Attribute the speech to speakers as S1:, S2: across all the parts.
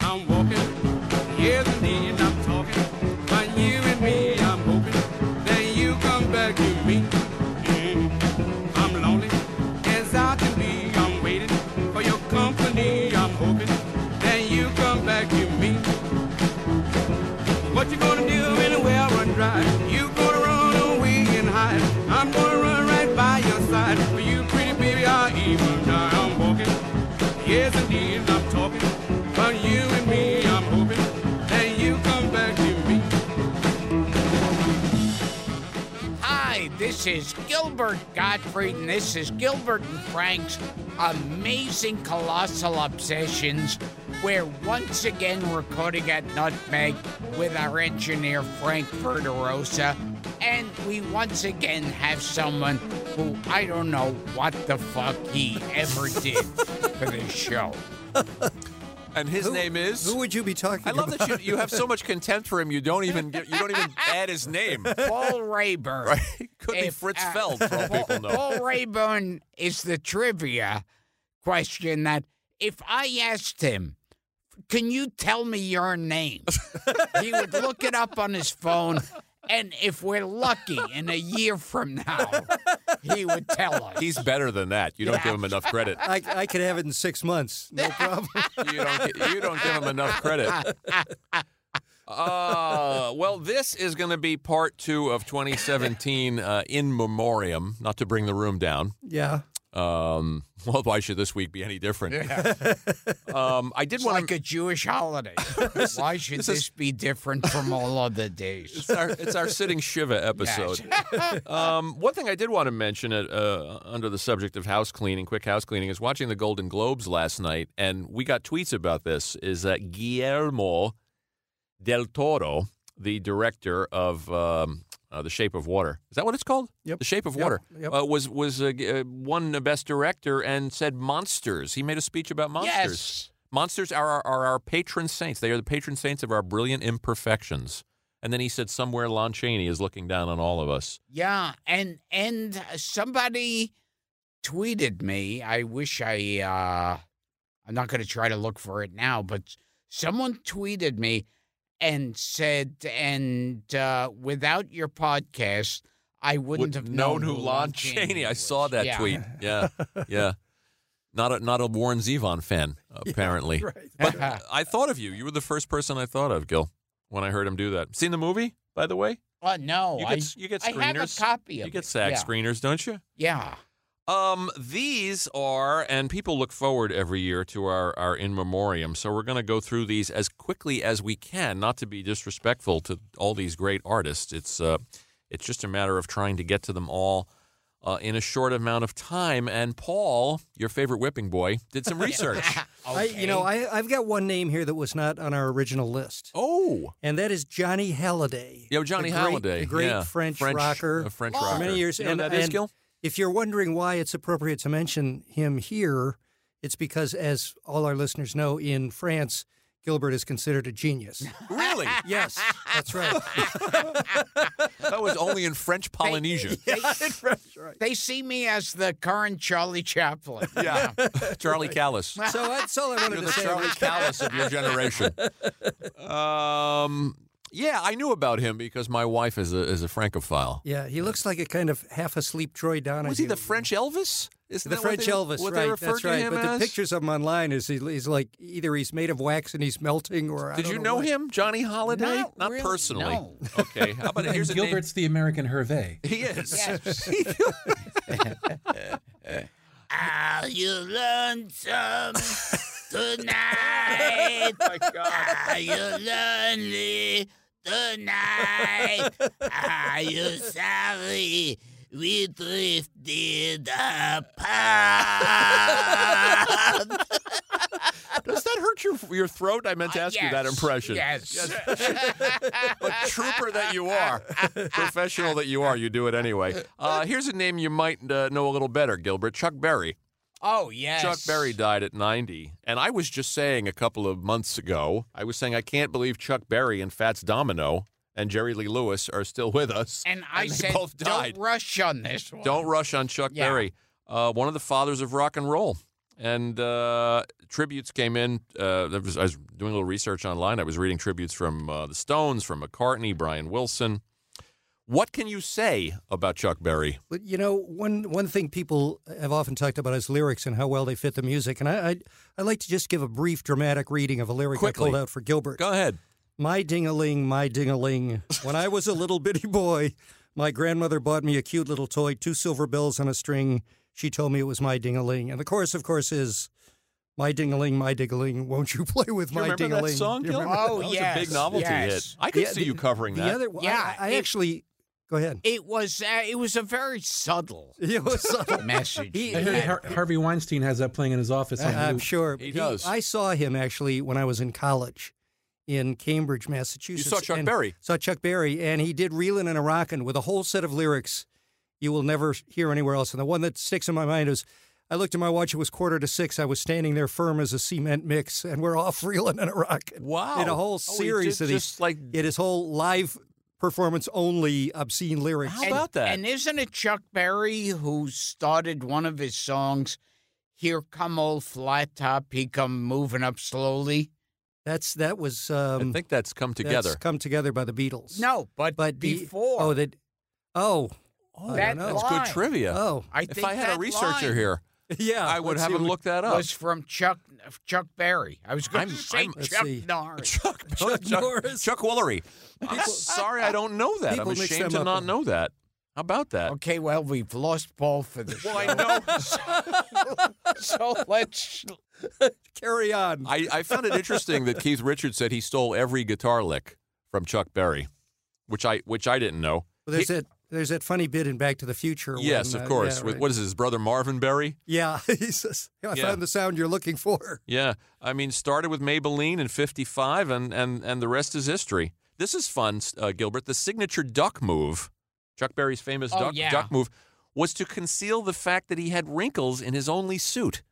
S1: I'm walking. Yes, indeed, I'm talking. But you and me, I'm hoping that you come back to me. Mm. I'm lonely as I can be. I'm waiting for your company. I'm hoping that you come back to me. What you gonna do when the well run dry? You gonna run away and hide. I'm gonna run right by your side. For you, pretty baby, I'll even die. I'm walking. Yes, indeed, I'm talking. But you and me, I'm hoping that you come back to me.
S2: Hi, this is Gilbert Gottfried, and this is Gilbert and Frank's Amazing Colossal Obsessions. We're once again recording at Nutmeg with our engineer Frank Verderosa, and we once again have someone who I don't know what the fuck he ever did for this show.
S3: And his name is.
S4: Who would you be talking
S3: I love
S4: about?
S3: that you, you have so much contempt for him. You don't even get, you don't even add his name.
S2: Paul Rayburn.
S3: Could be
S2: If,
S3: Fritz
S2: uh,
S3: Feld. For all people know.
S2: Paul Rayburn is the trivia question that if I asked him, can you tell me your name? he would look it up on his phone. And if we're lucky, in a year from now, he would tell us.
S3: He's better than that. You don't give him enough credit.
S4: I, I could have it in six months. No problem.
S3: You don't. gi- You don't give him enough credit. Uh, well, this is going to be part two of 2017 uh, in memoriam. Not to bring the room down.
S4: yeah.
S3: Um, well, why should this week be any different? Um, I did
S2: it's
S3: want
S2: like
S3: to.
S2: a Jewish holiday. Why should this, be different from all other days?
S3: It's our, it's our sitting shiva episode. Um, one thing I did want to mention uh, uh, under the subject of house cleaning, quick house cleaning, is watching the Golden Globes last night, and we got tweets about this. Is that Guillermo del Toro, the director of um, uh, The Shape of Water, is that what it's called?
S4: Yep.
S3: The Shape of
S4: Yep.
S3: Water
S4: Yep.
S3: Uh, was was uh, g- uh, won the best director and said monsters. He made a speech about monsters.
S2: Yes.
S3: Monsters are our, are our patron saints. They are the patron saints of our brilliant imperfections. And then he said, somewhere Lon Chaney is looking down on all of us.
S2: Yeah, and and somebody tweeted me. I wish I uh I'm not going to try to look for it now, but someone tweeted me and said and uh without your podcast, I wouldn't have known,
S3: who Lon Chaney.
S2: Chaney
S3: I
S2: was.
S3: saw that
S2: Yeah.
S3: tweet. Yeah, yeah. Not a not a Warren Zevon fan apparently.
S4: Right.
S3: But I thought of you. You were the first person I thought of, Gil, when I heard him do that. Seen the movie, by the way?
S2: Uh, no,
S3: You get
S2: I
S3: s- you get
S2: I have a
S3: screeners.
S2: copy of
S3: You
S2: it.
S3: get SAG
S2: yeah.
S3: screeners, don't you?
S2: Yeah.
S3: Um, these are, and people look forward every year to our, our in memoriam. So we're going to go through these as quickly as we can, not to be disrespectful to all these great artists. It's uh, it's just a matter of trying to get to them all uh, in a short amount of time. And Paul, your favorite whipping boy, did some research.
S4: I, you know, I, I've got one name here that was not on our original list,
S3: oh,
S4: and that is Johnny Halliday.
S3: yo, Johnny
S4: the great,
S3: Halliday,
S4: The great
S3: yeah.
S4: French, rocker.
S3: a French
S2: Oh.
S3: rocker
S4: for many years.
S3: You know who
S4: and,
S3: that is,
S4: and
S3: Gil?
S4: If you're wondering why it's appropriate to mention him here, it's because, as all our listeners know, in France, Gilbert is considered a genius.
S3: Really?
S4: yes, that's right.
S3: that was only in French Polynesia.
S2: they see me as the current Charlie Chaplin.
S3: yeah, Charlie Callis.
S4: So that's all I wanted
S3: You're
S4: to
S3: the
S4: say.
S3: Charlie Callis of your generation. Um, yeah, I knew about him because my wife is a is a francophile.
S4: Yeah, he looks like a kind of half asleep Troy Donahue.
S3: Was he the French Elvis? Isn't
S4: The
S3: that what
S4: French
S3: they-
S4: Elvis,
S3: what they
S4: right?
S3: referred
S4: That's
S3: to
S4: right.
S3: him
S4: but
S3: as?
S4: the pictures of him online is he, he's like either he's made of wax and he's melting, or I
S3: Did
S4: don't
S3: you know
S4: know what.
S3: him, Johnny Holiday?
S2: Not really,
S3: personally.
S2: no.
S3: Okay, how about here's a name-
S5: Gilbert's the American Hervé.
S3: He is.
S2: All you lonesome tonight?
S3: Oh
S2: my God. Are you lonely tonight? Are you sorry we drifted apart?
S3: Does that hurt your your throat? I meant to ask you that
S2: Uh, Yes,
S3: impression.
S2: Yes.
S3: But trooper that you are, professional that you are, you do it anyway. Uh, here's a name you might uh, know a little better, Gilbert Chuck Berry.
S2: oh, yes.
S3: Chuck Berry died at 90. And I was just saying a couple of months ago, I was saying I can't believe Chuck Berry and Fats Domino and Jerry Lee Lewis are still with us.
S2: And I
S3: they
S2: said,
S3: both died.
S2: don't rush on this one.
S3: Don't rush on Chuck
S2: Yeah.
S3: Berry, uh, one of the fathers of rock and roll. And uh, tributes came in. Uh, there was, I was doing a little research online. I was reading tributes from uh, the Stones, from McCartney, Brian Wilson. What can you say about Chuck Berry?
S4: But you know, one one thing people have often talked about is lyrics and how well they fit the music. And I I, I like to just give a brief dramatic reading of a lyric I
S3: Quickly.
S4: pulled out for Gilbert.
S3: Go ahead.
S4: My ding-a-ling, my ding-a-ling. When I was a little bitty boy, my grandmother bought me a cute little toy, two silver bells on a string. She told me it was my ding-a-ling. And the chorus, of course, is my ding-a-ling, my ding-a-ling. Won't you play with
S3: you
S4: my
S3: remember
S4: ding-a-ling?
S3: that song,
S4: You
S3: Gil?
S4: remember
S2: Gilbert?
S4: that?
S2: Oh,
S3: that was
S2: yes,
S3: a big novelty
S2: yes.
S3: hit. I could
S4: Yeah,
S3: see
S4: the-
S3: you covering
S4: The
S3: that.
S4: other, well, I-
S2: Yeah,
S4: I,
S2: it-
S4: actually go ahead.
S2: It was uh, it was a very subtle
S4: It was subtle.
S2: message.
S4: He-
S5: I heard Har- Harvey Weinstein has that playing in his office. on
S4: Uh, I'm
S5: loop.
S4: sure
S3: He does.
S4: I saw him actually when I was in college in Cambridge, Massachusetts.
S3: You saw Chuck
S4: and-
S3: Berry?
S4: Saw Chuck Berry, and he did "Reelin' and a Rockin'" with a whole set of lyrics you will never hear anywhere else. And the one that sticks in my mind is, "I looked at my watch; it was quarter to six. I was standing there firm as a cement mix, and we're off reelin' and a rockin'."
S3: Wow.
S4: In a whole
S3: Oh, he
S4: series
S3: did
S4: of
S3: just
S4: these,
S3: like-
S4: in his whole live performance only obscene lyrics.
S3: How about that?
S2: And isn't it Chuck Berry who started one of his songs, "Here Come Old Flat Top, He Come Moving Up Slowly"?
S4: That's that was
S3: I
S4: um,
S3: think that's come
S4: that's
S3: together.
S4: come together by the Beatles.
S2: No, but,
S4: but the-
S2: before
S4: oh, that oh,
S3: oh,
S2: that
S3: that's good
S2: line.
S3: trivia.
S4: oh,
S2: I
S3: if
S2: think
S3: I had
S2: that
S3: a researcher
S2: line
S3: here,
S4: yeah.
S3: I
S4: Oh,
S3: would
S4: let's
S3: have
S4: see
S3: him
S4: what-
S3: look that up.
S2: was from Chuck Chuck Berry. I was going to
S3: I'm-
S2: say
S3: I'm-
S4: Let's
S2: Chuck
S4: see.
S2: Norris.
S3: Chuck, Chuck,
S4: Norris.
S3: Chuck Woolery. I'm sorry I don't know that. I'm
S4: People mix them
S3: ashamed to
S4: up.
S3: not know that. How about that?
S2: Okay, well we've lost Paul for the show.
S3: Well, I know.
S2: so let's
S4: Carry on.
S3: I, I found it interesting that Keith Richards said he stole every guitar lick from Chuck Berry, which I which I didn't know.
S4: Well, there's
S3: He-
S4: that there's that funny bit in Back to the Future.
S3: yes,
S4: when,
S3: of
S4: uh,
S3: course.
S4: yeah,
S3: With,
S4: right.
S3: What is his brother Marvin Berry?
S4: Yeah, he says, "I
S3: Yeah.
S4: found the sound you're looking for."
S3: Yeah, I mean, started with Maybelline in '55, and and and the rest is history. This is fun, uh, Gilbert. The signature duck move, Chuck Berry's famous
S2: Oh,
S3: duck,
S2: yeah.
S3: duck move, was to conceal the fact that he had wrinkles in his only suit.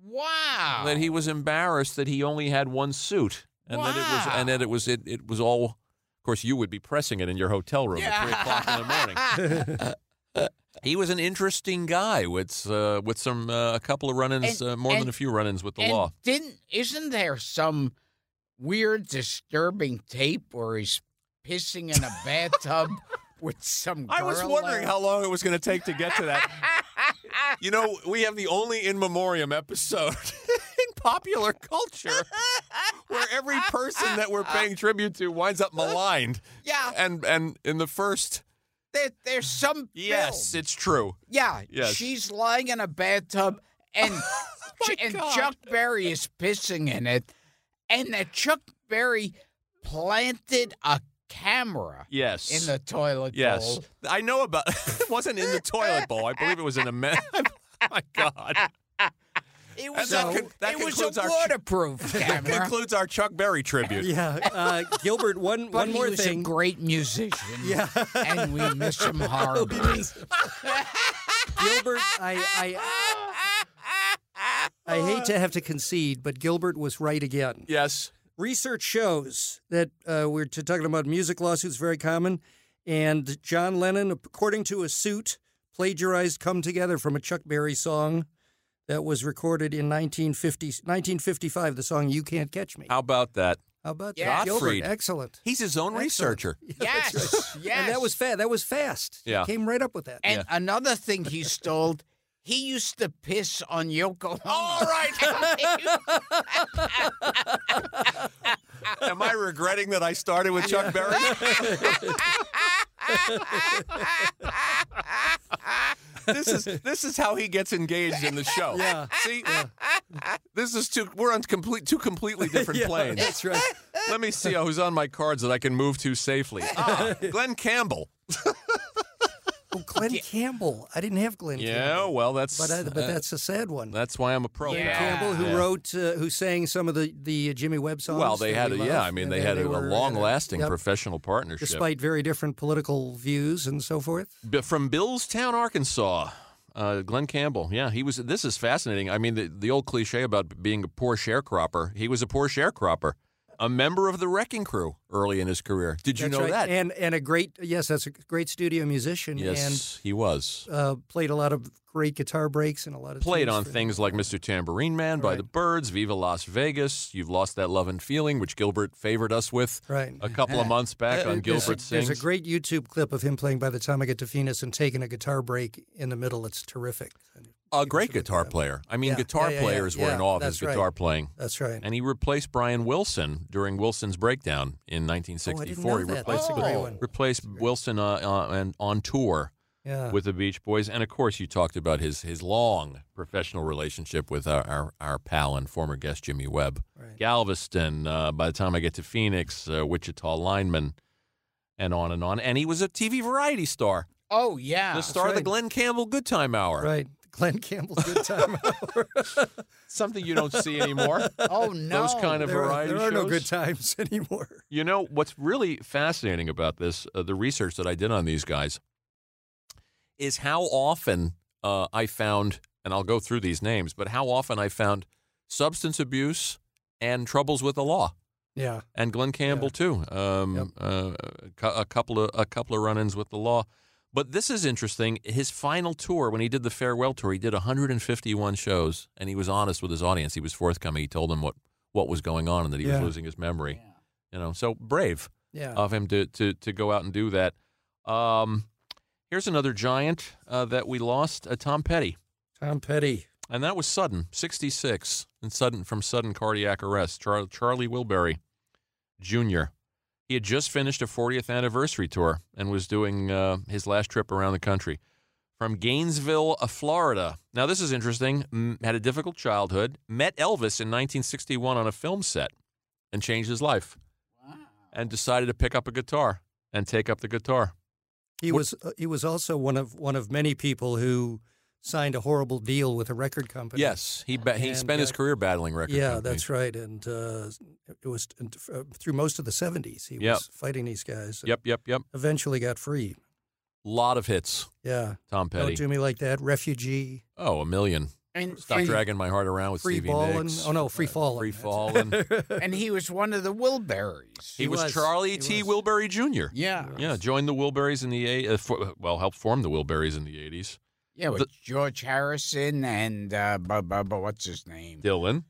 S2: Wow.
S3: That he was embarrassed that he only had one suit, and that it was and
S2: Wow.
S3: that it was it, it was all. Of course, you would be pressing it in your hotel room at three o'clock in the morning. He was an interesting guy with uh, with some uh, a couple of run-ins,
S2: And-
S3: uh, more
S2: and-
S3: than a few run-ins with the
S2: and
S3: law.
S2: Didn't isn't there some weird disturbing tape where he's pissing in a bathtub with some girl?
S3: I was wondering
S2: out?
S3: how long it was going to take to get to that. you know, we have the only in memoriam episode in popular culture where every person that we're paying tribute to winds up maligned.
S2: Yeah.
S3: And and in the first
S2: There, there's some
S3: Yes,
S2: film.
S3: it's true.
S2: yeah.
S3: yes.
S2: She's lying in a bathtub and
S3: Oh my
S2: and
S3: God.
S2: Chuck Berry is pissing in it, and that Chuck Berry planted a camera
S3: Yes.
S2: in the toilet
S3: Yes.
S2: bowl.
S3: I know about it wasn't in the toilet bowl. I believe it was in a man. my God.
S2: It was
S3: that
S2: a,
S3: con- that
S2: it was a
S3: concludes our-
S2: waterproof
S3: That
S2: camera.
S3: concludes our Chuck Berry tribute.
S4: Yeah, uh, Gilbert. One
S2: But
S4: one more
S2: he was
S4: thing.
S2: a great musician.
S4: Yeah.
S2: and we miss him horribly.
S4: Gilbert, I, I I hate to have to concede, but Gilbert was right again.
S3: Yes.
S4: Research shows that uh, we're t- talking about music lawsuits, very common, and John Lennon, according to a suit, plagiarized "Come Together" from a Chuck Berry song that was recorded in 1950, 1955. The song "You Can't Catch Me."
S3: How about that?
S4: How about
S2: Yeah.
S4: that? Gilbert,
S3: Gottfried.
S4: excellent.
S3: He's his own researcher.
S2: yes, yes.
S4: And that was fast. That was fast. He
S3: Yeah.
S4: came right up with that.
S2: And another thing he stole, he used to piss on Yoko.
S3: All
S2: Ono.
S3: right. Am I regretting that I started with Chuck Berry? this is this is how he gets engaged in the show.
S4: Yeah.
S3: See, this is two. We're on complete two completely different
S4: Yeah,
S3: planes.
S4: That's right.
S3: Let me see who's on my cards that I can move to safely. Ah, Glenn Campbell.
S4: Oh, Glenn Campbell. I didn't have Glenn
S3: Yeah,
S4: Campbell.
S3: well, that's
S4: But, I, but
S3: uh,
S4: that's a sad one.
S3: that's why I'm a pro.
S2: Yeah.
S3: now.
S4: Campbell, who
S3: Yeah.
S4: wrote, uh, who sang some of the, the Jimmy Webb songs.
S3: Well, they
S4: that
S3: had a,
S4: we
S3: yeah.
S4: love,
S3: I mean,
S4: and
S3: they had a, a
S4: were, uh,
S3: long-lasting
S4: yep,
S3: professional partnership.
S4: Despite very different political views and so forth.
S3: B- from Billstown, Arkansas. Uh, Glenn Campbell, yeah, he was. This is fascinating. I mean, the, the old cliche about being a poor sharecropper. He was a poor sharecropper. a member of the Wrecking Crew early in his career. Did you
S4: That's
S3: know
S4: right.
S3: that?
S4: And and a great yes, that's a great studio musician.
S3: yes, he was.
S4: And uh, played a lot of great guitar breaks and a lot of
S3: Played
S4: tunes
S3: on
S4: for-
S3: things like Mr. Tambourine Man by
S4: Right.
S3: the Birds, Viva Las Vegas, You've Lost That Love and Feeling, which Gilbert favored us with
S4: Right.
S3: a couple of months
S4: Uh,
S3: back on
S4: there's a-
S3: Gilbert
S4: there's,
S3: Sings.
S4: a, great YouTube clip of him playing by the time I get to Phoenix and taking a guitar break in the middle. It's terrific.
S3: A great guitar player. I mean,
S4: Yeah,
S3: guitar
S4: yeah, yeah, yeah,
S3: players were in
S4: yeah,
S3: awe of his
S4: that's right.
S3: guitar playing.
S4: That's right.
S3: And he replaced Brian Wilson during Wilson's breakdown in 1964.
S4: Oh, know
S3: he
S4: that. That's
S3: replaced,
S4: a great one.
S3: replaced Wilson uh, uh, and on tour
S4: yeah.
S3: with the Beach Boys. And of course, you talked about his his long professional relationship with our, our, our pal and former guest, Jimmy Webb.
S4: Right.
S3: Galveston, uh, by the time I get to Phoenix, uh, Wichita lineman, and on and on. And he was a TV variety star,
S2: Oh yeah.
S3: the star of the
S4: right.
S3: Glenn Campbell Good Time Hour.
S4: Ah, Right. Glenn Campbell's Good Time Hour.
S3: Something you don't see anymore.
S2: oh no.
S3: Those kind of
S4: there are,
S3: variety
S4: there are no
S3: shows.
S4: good times anymore.
S3: You know what's really fascinating about this, uh, the research that I did on these guys, is how often uh, I found, and I'll go through these names, but how often I found substance abuse and troubles with the law,
S4: Yeah.
S3: and Glenn Campbell too. Um,
S4: Yep.
S3: uh, a cou- a couple of a couple of run-ins with the law, but this is interesting. His final tour, when he did the farewell tour, he did 151 shows, and he was honest with his audience. He was forthcoming. He told them what what was going on and that he
S4: Yeah.
S3: was losing his memory. You know, so brave
S4: Yeah.
S3: of him to, to, to go out and do that. Um, here's another giant uh, that we lost, uh, Tom Petty,
S4: Tom Petty.
S3: and that was sudden, 66, and sudden from sudden cardiac arrest. Char- Charlie Wilberry, Jr. He had just finished a 40th anniversary tour and was doing uh, his last trip around the country from Gainesville, uh, Florida. Now this is interesting. M- had a difficult childhood. Met Elvis in 1961 on a film set, and changed his life. And decided to pick up a guitar and take up the guitar.
S4: He was uh, he was also one of one of many people who signed a horrible deal with a record company.
S3: Yes, he ba- he
S4: And,
S3: spent his
S4: uh,
S3: career battling record.
S4: Yeah,
S3: companies.
S4: that's right. And uh, it was and, uh, through most of the 70s he
S3: Yep.
S4: was fighting these guys. and
S3: Yep, yep, yep.
S4: Eventually got free.
S3: Lot of hits,
S4: Yeah.
S3: Tom Petty.
S4: Don't do me like that. Refugee.
S3: oh, a million.
S2: And,
S3: Stop
S2: and,
S3: dragging my heart around with
S4: Free
S3: Stevie
S4: ballin'.
S3: Nicks.
S4: Oh no, free falling.
S3: Free
S4: That's-
S3: falling.
S2: and he was one of the Wilburys.
S3: he was,
S4: was.
S3: Charlie
S4: He
S3: T.
S4: was.
S3: Wilbury Jr.
S2: yeah.
S3: Yeah, joined the Wilburys in the eight. Uh, for, well, helped form the Wilburys in the eighties.
S2: Yeah, with
S3: The-
S2: George Harrison and uh, bu- bu- bu- what's his name?
S3: Dylan,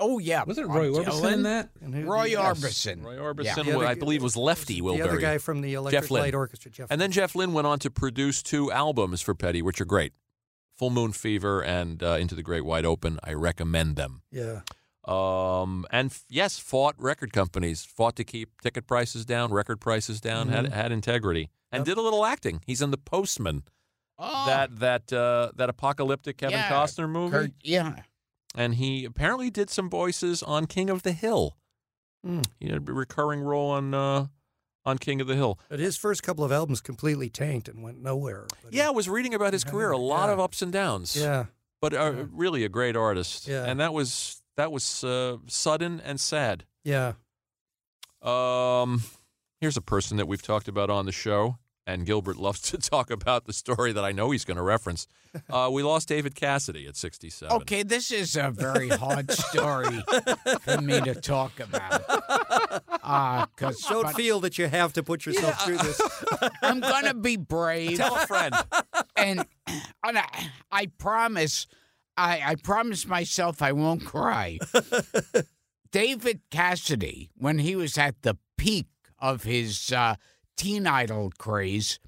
S2: Oh yeah,
S5: Was it
S2: Bob
S5: Roy Orbison in
S2: Dylan?
S5: that?
S4: And who-
S2: Roy
S4: yes.
S2: Orbison.
S3: Roy
S2: Yeah.
S3: Orbison,
S4: The
S3: well,
S4: other
S3: I
S4: g-
S3: believe was Lefty Wilbury.
S4: The other guy from the Electric
S3: Jeff Lynne.
S4: Light Orchestra, Jeff.
S3: And then Jeff Lynne went on to produce two albums for Petty, which are great: Full Moon Fever and uh, Into the Great Wide Open. I recommend them.
S4: Lynne.
S3: um, and f- yes, fought record companies, fought to keep ticket prices down, record prices down,
S4: Mm-hmm.
S3: had had integrity, and did a little acting. He's in the Postman,
S2: Oh,
S3: that that uh, that apocalyptic Kevin
S2: Yeah,
S3: Costner movie,
S2: Oh, Kurt, yeah.
S3: and he apparently did some voices on King of the Hill.
S4: Hmm.
S3: He had a recurring role on uh, on King of the Hill.
S4: But his first couple of albums completely tanked and went nowhere. But he-
S3: Yeah, I was reading about his career, a lot
S4: Yeah.
S3: of ups and downs.
S4: yeah,
S3: but uh, really a great artist.
S4: Yeah.
S3: and that was that was uh, sudden and sad.
S4: yeah.
S3: Um, here's a person that we've talked about on the show, and Gilbert loves to talk about the story that I know he's going to reference. Uh, we lost David Cassidy at 67.
S2: Okay, this is a very hard story for me to talk about. Uh, cause,
S4: Don't
S2: but
S4: feel that you have to put yourself through this.
S2: I'm gonna be brave,
S3: Tell a friend.
S2: and, and I, I promise, I, I promise myself I won't cry. David Cassidy, when he was at the peak of his uh, teen idol craze,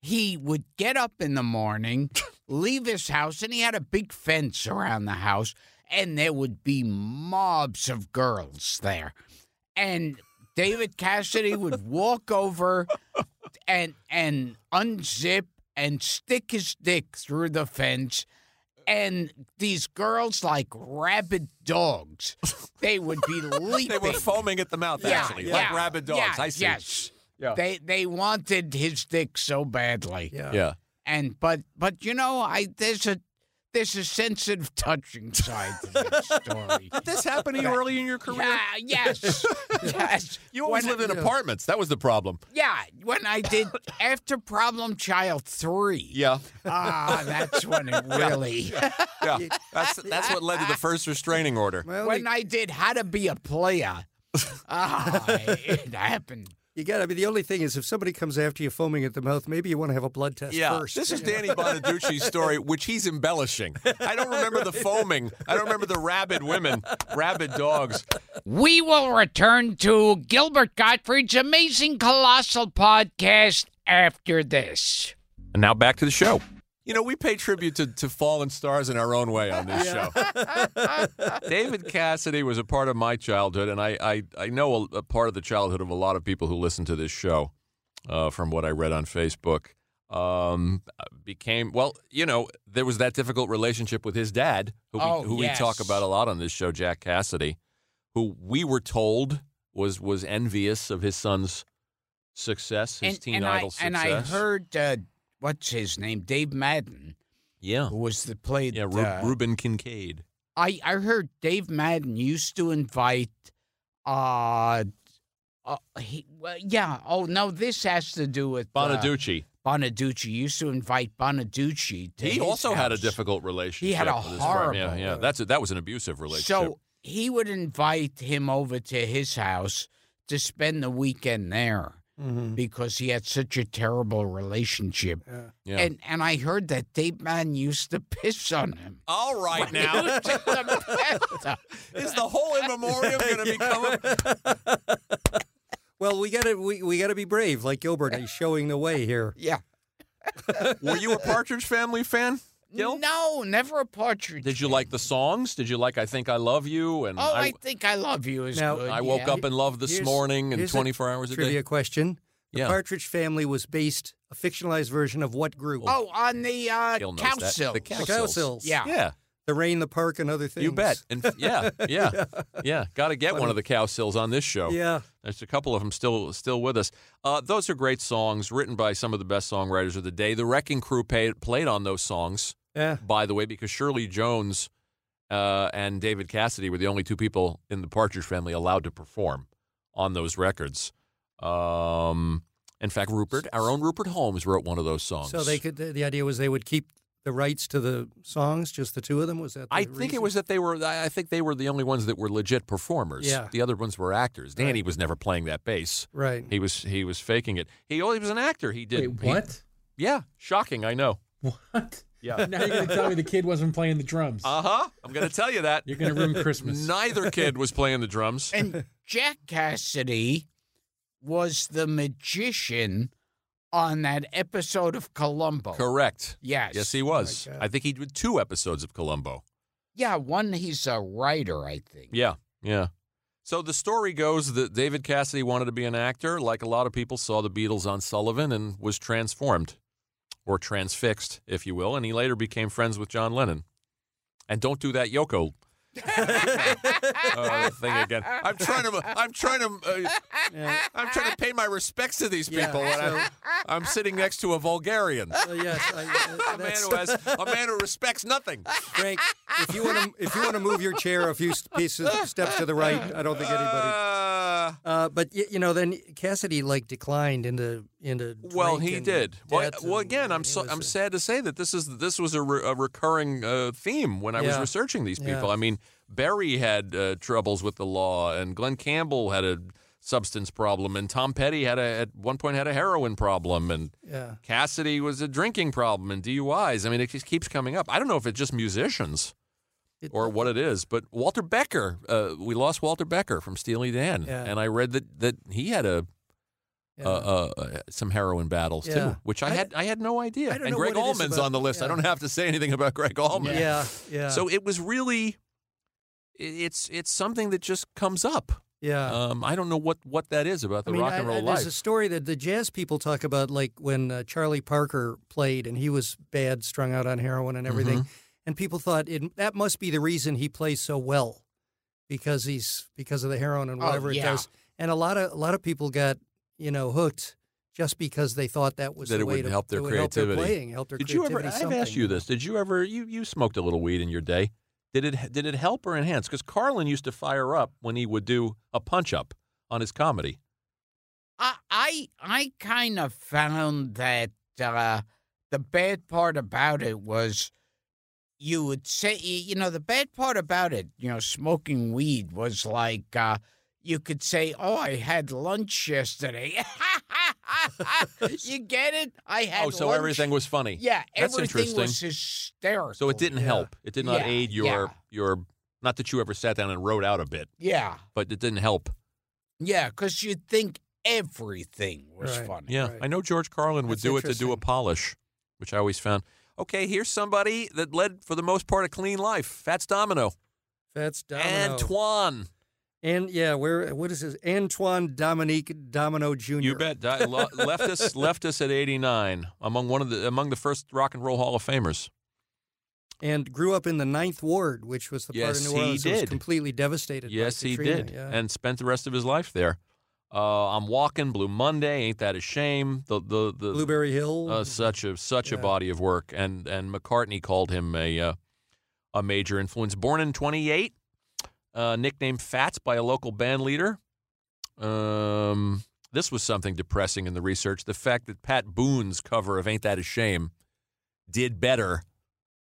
S2: he would get up in the morning, leave his house, and he had a big fence around the house, and there would be mobs of girls there. And David Cassidy would walk over and and unzip and stick his dick through the fence and these girls like rabid dogs they would be leaping
S3: They were foaming at the mouth, actually, like rabid dogs.
S2: yeah,
S3: I see.
S2: yes
S3: Yeah.
S2: they they wanted his dick so badly
S4: Yeah,
S3: Yeah.
S2: and but but you know I there's a There's a sensitive, touching side to that story.
S3: This happened to you early in your career.
S2: yeah, yes, yes.
S3: You always
S2: When-
S3: lived in apartments. That was the problem.
S2: Yeah, when I did after Problem Child three.
S3: Yeah,
S2: Ah, that's when it really.
S3: yeah. That's that's what led to the first restraining order.
S4: Well,
S2: When
S4: you,
S2: I did How to Be a Player. Ah, it happened.
S4: you got. I mean, the only thing is, if somebody comes after you foaming at the mouth, maybe you want to have a blood test
S3: Yeah,
S4: first.
S3: this is Danny Bonaducci's story, which he's embellishing. I don't remember the foaming. I don't remember the rabid women, rabid dogs.
S2: We will return to Gilbert Gottfried's amazing colossal podcast after this.
S3: And now back to the show. You know, we pay tribute to, to fallen stars in our own way on this show. David Cassidy was a part of my childhood, and I, I, I know a, a part of the childhood of a lot of people who listen to this show uh, from what I read on Facebook. Um, became, well, you know, there was that difficult relationship with his dad, who, we,
S2: Oh,
S3: who
S2: yes.
S3: we talk about a lot on this show, Jack Cassidy, who we were told was, was envious of his son's success, his teen idol
S2: I,
S3: success.
S2: and I heard, uh, what's his name? Dave Madden,
S3: yeah.
S2: who was the played.
S3: Yeah, Ru-
S2: uh,
S3: Ruben Kincaid.
S2: I, I heard Dave Madden used to invite, uh, uh he, well, yeah, oh no, this has to do with uh,
S3: Bonaducci.
S2: Bonaducci used to invite Bonaducci. To
S3: he
S2: his
S3: also had a
S2: house.
S3: difficult relationship.
S2: He had a
S3: with his friend. Yeah,
S2: horrible-
S3: yeah. That's a, that was an abusive relationship.
S2: So he would invite him over to his house to spend the weekend there Mm-hmm.
S4: Mhm.
S2: because he had such a terrible relationship.
S3: yeah.
S2: And and I heard that Dave Madden used to piss on him.
S3: all right, now
S2: To the
S3: is the whole in memoriam going to become? A,
S4: Well, we got to we, we got to be brave, like Gilbert is showing the way here.
S2: yeah.
S3: were you a Partridge Family fan? Gil?
S2: No, never a partridge.
S3: Did you like the songs? Did you like "I Think I Love You" and
S2: Oh, I,
S3: I,
S2: think I love you is
S4: Now-
S2: good.
S3: I woke
S2: yeah.
S3: up in love this
S4: Here's-
S3: morning and
S4: here's a
S3: 24 hours a
S4: Trivia
S3: day?
S4: question: The
S3: Yeah.
S4: Partridge Family was based a fictionalized version of what group?
S2: Oh, on the uh,
S3: Gil knows
S2: cow
S3: that.
S2: sills.
S3: The cow,
S4: the Cow
S3: sills.
S4: Sills.
S2: Yeah.
S3: Yeah,
S4: the rain, the park, and other things.
S3: you bet. And f- yeah, yeah, yeah. Got to get one of the cow sills on this show.
S4: Yeah.
S3: There's a couple of them still still with us. Uh, those are great songs written by some of the best songwriters of the day. The Wrecking Crew paid, played on those songs,
S4: Yeah.
S3: by the way, because Shirley Jones uh, and David Cassidy were the only two people in the Partridge Family allowed to perform on those records. Um, in fact, Rupert, our own Rupert Holmes, wrote one of those songs.
S4: So they could. The, the idea was they would keep the rights to the songs, just the two of them. Was that? The
S3: I think it
S4: reason?
S3: was that they were. I I think they were the only ones that were legit performers.
S4: Yeah.
S3: The other ones were actors. Danny was never playing that bass.
S4: right.
S3: He was he was faking it. He oh, he was an actor. He did
S5: Wait,
S3: he-
S5: what?
S3: yeah, shocking. I know.
S5: What?
S3: Yeah.
S5: Now you're going to tell me the kid wasn't playing the drums.
S3: Uh huh. I'm gonna tell you that.
S5: you're going to ruin Christmas.
S3: Neither kid was playing the drums.
S2: and Jack Cassidy was the magician on that episode of Columbo.
S3: Correct.
S2: Yes.
S3: Yes,
S5: Oh
S3: he was. I think he did two episodes of Columbo.
S2: Yeah, one he's a writer, I think.
S3: Yeah, yeah. So the story goes that David Cassidy wanted to be an actor, like a lot of people saw the Beatles on Sullivan, and was transformed, or transfixed, if you will. And he later became friends with John Lennon. And don't do that, Yoko. uh, thing again. I'm trying to. I'm trying to. Uh,
S4: Yeah.
S3: I'm trying to pay my respects to these
S4: Yeah,
S3: people when I'm, I'm sitting next to a vulgarian.
S4: So, yes, I, I,
S3: A man
S4: that's
S3: who has a man who respects nothing.
S4: Frank. If you want to, if you want to move your chair a few s- pieces steps to the right, I don't think anybody.
S3: Uh,
S4: Uh, but y- you know, then Cassidy like declined into into.
S3: well,
S4: drink
S3: he
S4: and
S3: did. Well,
S4: debt
S3: well,
S4: and
S3: again, I'm
S4: he
S3: so,
S4: was
S3: I'm
S4: a-
S3: sad to say that this is this was a, re- a recurring uh, theme when I was
S4: Yeah.
S3: researching these
S4: Yeah.
S3: people. I mean, Barry had uh, troubles with the law, and Glenn Campbell had a substance problem, and Tom Petty had a at one point had a heroin problem, and
S4: Yeah.
S3: Cassidy was a drinking problem and DUIs. I mean, it just keeps coming up. I don't know if it's just musicians
S4: It-
S3: or what it is, but Walter Becker, uh, we lost Walter Becker from Steely Dan,
S4: Yeah.
S3: and I read that that he had a
S4: yeah.
S3: uh, uh, uh, some heroin battles
S4: Yeah.
S3: too, which I,
S4: I-
S3: had I had no idea.
S4: I don't
S3: and
S4: know
S3: Greg
S4: what it is
S3: Allman's
S4: about-
S3: on the list.
S4: yeah.
S3: I don't have to say anything about Greg Allman.
S4: yeah. Yeah.
S3: So it was really. i- It's it's something that just comes up.
S4: yeah.
S3: Um, I don't know what, what that is about the rock and roll
S4: There's a
S3: life.
S4: story that the jazz people talk about, like when uh, Charlie Parker played and he was bad, strung out on heroin and everything,
S3: Mm-hmm.
S4: and people thought it, that must be the reason he plays so well, because he's because of the heroin and
S2: Oh,
S4: whatever
S2: yeah.
S4: it does. And a lot of a lot of people got you know hooked just because they thought that was
S3: That
S4: the
S3: it
S4: way
S3: would
S4: to
S3: help their
S4: it would
S3: creativity.
S4: playing, help their
S3: Did you
S4: creativity.
S3: ever? I've
S4: something.
S3: asked you this. Did you ever? You you smoked a little weed in your day. Did it did it help or enhance? Because Carlin used to fire up when he would do a punch up on his comedy.
S2: I I, I kind of found that uh, the bad part about it was you would say you know the bad part about it you know smoking weed was like uh, you could say oh I had lunch yesterday you get it I had
S3: oh, so
S2: lunch.
S3: everything was funny.
S2: yeah
S3: That's
S2: everything was
S3: interesting.
S2: hysterical
S3: So it didn't
S4: Yeah.
S3: help. It did not
S2: Yeah,
S3: aid your
S2: yeah.
S3: your. Not that you ever sat down and wrote out a bit,
S2: yeah
S3: but it didn't help.
S2: yeah because you think everything was
S4: Right.
S2: funny
S3: Yeah,
S4: Right.
S3: I know George Carlin would
S4: That's
S3: do it to do a
S4: interesting.
S3: polish, which I always found. Okay, here's somebody that led for the most part a clean life. Fats Domino,
S4: That's Domino.
S3: Antoine.
S4: And yeah, where what is his Antoine Dominique Domino Jr.
S3: You bet. Di- lo- left us left us at 89 among one of the among the first rock and roll Hall of Famers.
S4: And grew up in the Ninth Ward, which was the part
S3: Yes,
S4: of New
S3: he
S4: Orleans that
S3: did.
S4: was completely devastated. by
S3: Yes, he
S4: Katrina,
S3: did,
S4: Yeah.
S3: and spent the rest of his life there. Uh, I'm walking Blue Monday. Ain't that a shame? The the the
S4: Blueberry Hill.
S3: uh, such a such a
S4: Yeah.
S3: body of work, and and McCartney called him a uh, a major influence. Born in '28, uh, nicknamed Fats by a local band leader. Um, this was something depressing in the research: the fact that Pat Boone's cover of "Ain't That a Shame" did better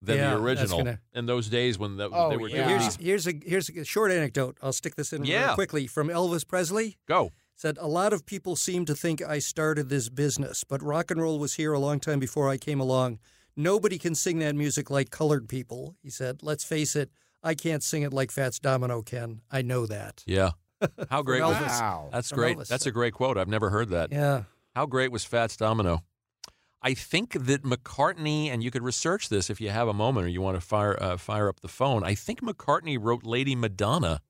S3: than
S4: Yeah,
S3: the
S4: that's
S3: original
S4: gonna-
S3: in those days when the,
S2: Oh,
S3: they were
S2: yeah.
S3: doing
S4: Here's
S3: these.
S4: here's a here's a short anecdote. I'll stick this in real
S3: Yeah.
S4: quickly from Elvis Presley.
S3: Go.
S4: said a lot of people seem to think I started this business, but rock and roll was here a long time before I came along. Nobody can sing that music like colored people, he said. Let's face it, I can't sing it like Fats Domino can. I know that.
S3: Yeah. How great was
S4: Elvis.
S2: wow
S3: That's
S4: From
S3: great.
S4: Elvis.
S3: That's a great quote. I've never heard that.
S4: Yeah.
S3: How great was Fats Domino? I think that McCartney, and you could research this if you have a moment or you want to fire uh, fire up the phone. I think McCartney wrote Lady Madonna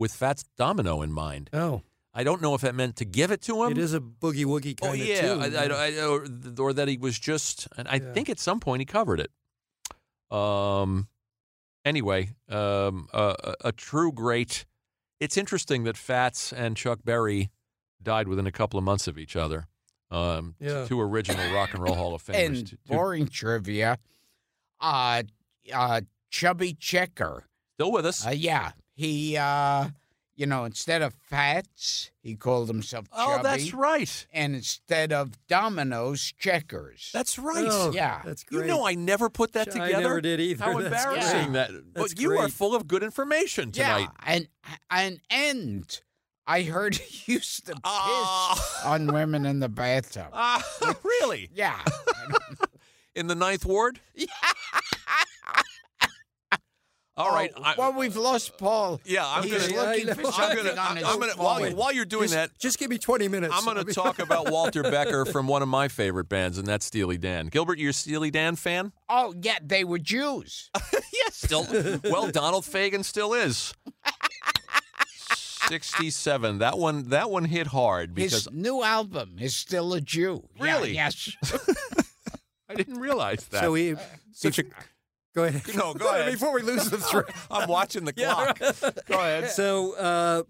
S3: with Fats Domino in mind.
S4: Oh,
S3: I don't know if that meant to give it to him.
S4: it is a boogie woogie
S3: Oh
S4: kind of
S3: yeah,
S4: tune.
S3: I, I, I, or, th- or that he was just. And I
S4: Yeah.
S3: think at some point he covered it. Um. Anyway, um, uh, a, a true great. It's interesting that Fats and Chuck Berry died within a couple of months of each other. Um, t-
S4: Yeah.
S3: two original Rock and Roll Hall of Famers.
S2: and
S3: Two- two-
S2: boring trivia. Uh, uh, Chubby Checker.
S3: still with us.
S2: Uh, yeah, he, uh, you know, instead of Fats, he called himself Chubby.
S3: oh, that's right.
S2: And instead of Dominoes, Checkers.
S3: That's right.
S4: Oh,
S2: Yeah.
S4: That's
S3: you
S4: great.
S3: know, I never put that
S4: I
S3: together.
S4: never did either.
S3: How
S4: That's great.
S3: embarrassing that!
S4: That's
S3: but you are
S4: great.
S3: full of good information tonight.
S2: yeah, and and and I heard he used to piss
S3: Ah.
S2: on women in the bathtub.
S3: Ah, really?
S2: Yeah,
S3: in the ninth ward? All right.
S2: Oh,
S3: I-
S2: well, we've lost Paul.
S3: yeah, I'm
S2: He's
S3: gonna.
S4: Yeah, I
S2: looking
S4: know.
S2: for
S4: I'm
S3: I'm
S2: something
S3: gonna.
S2: on his
S3: I'm gonna.
S2: phone.
S3: While, while you're doing
S4: just,
S3: that,
S4: just give me 20 minutes.
S3: I'm
S4: I
S3: gonna
S4: mean-
S3: talk about Walter Becker from one of my favorite bands, and that's Steely Dan. Gilbert, you're a Steely Dan fan?
S2: oh yeah, they were Jews.
S3: yes. Still. Well, Donald Fagen still is. Sixty-seven. That one. That one hit hard because
S2: his new album is still a Jew. Yeah,
S3: Really?
S2: yes.
S3: I didn't realize that.
S4: So we
S3: Such a.
S4: go ahead.
S3: No, go ahead.
S4: Before we lose the thread.
S3: I'm watching the clock. Go ahead.
S4: So uh,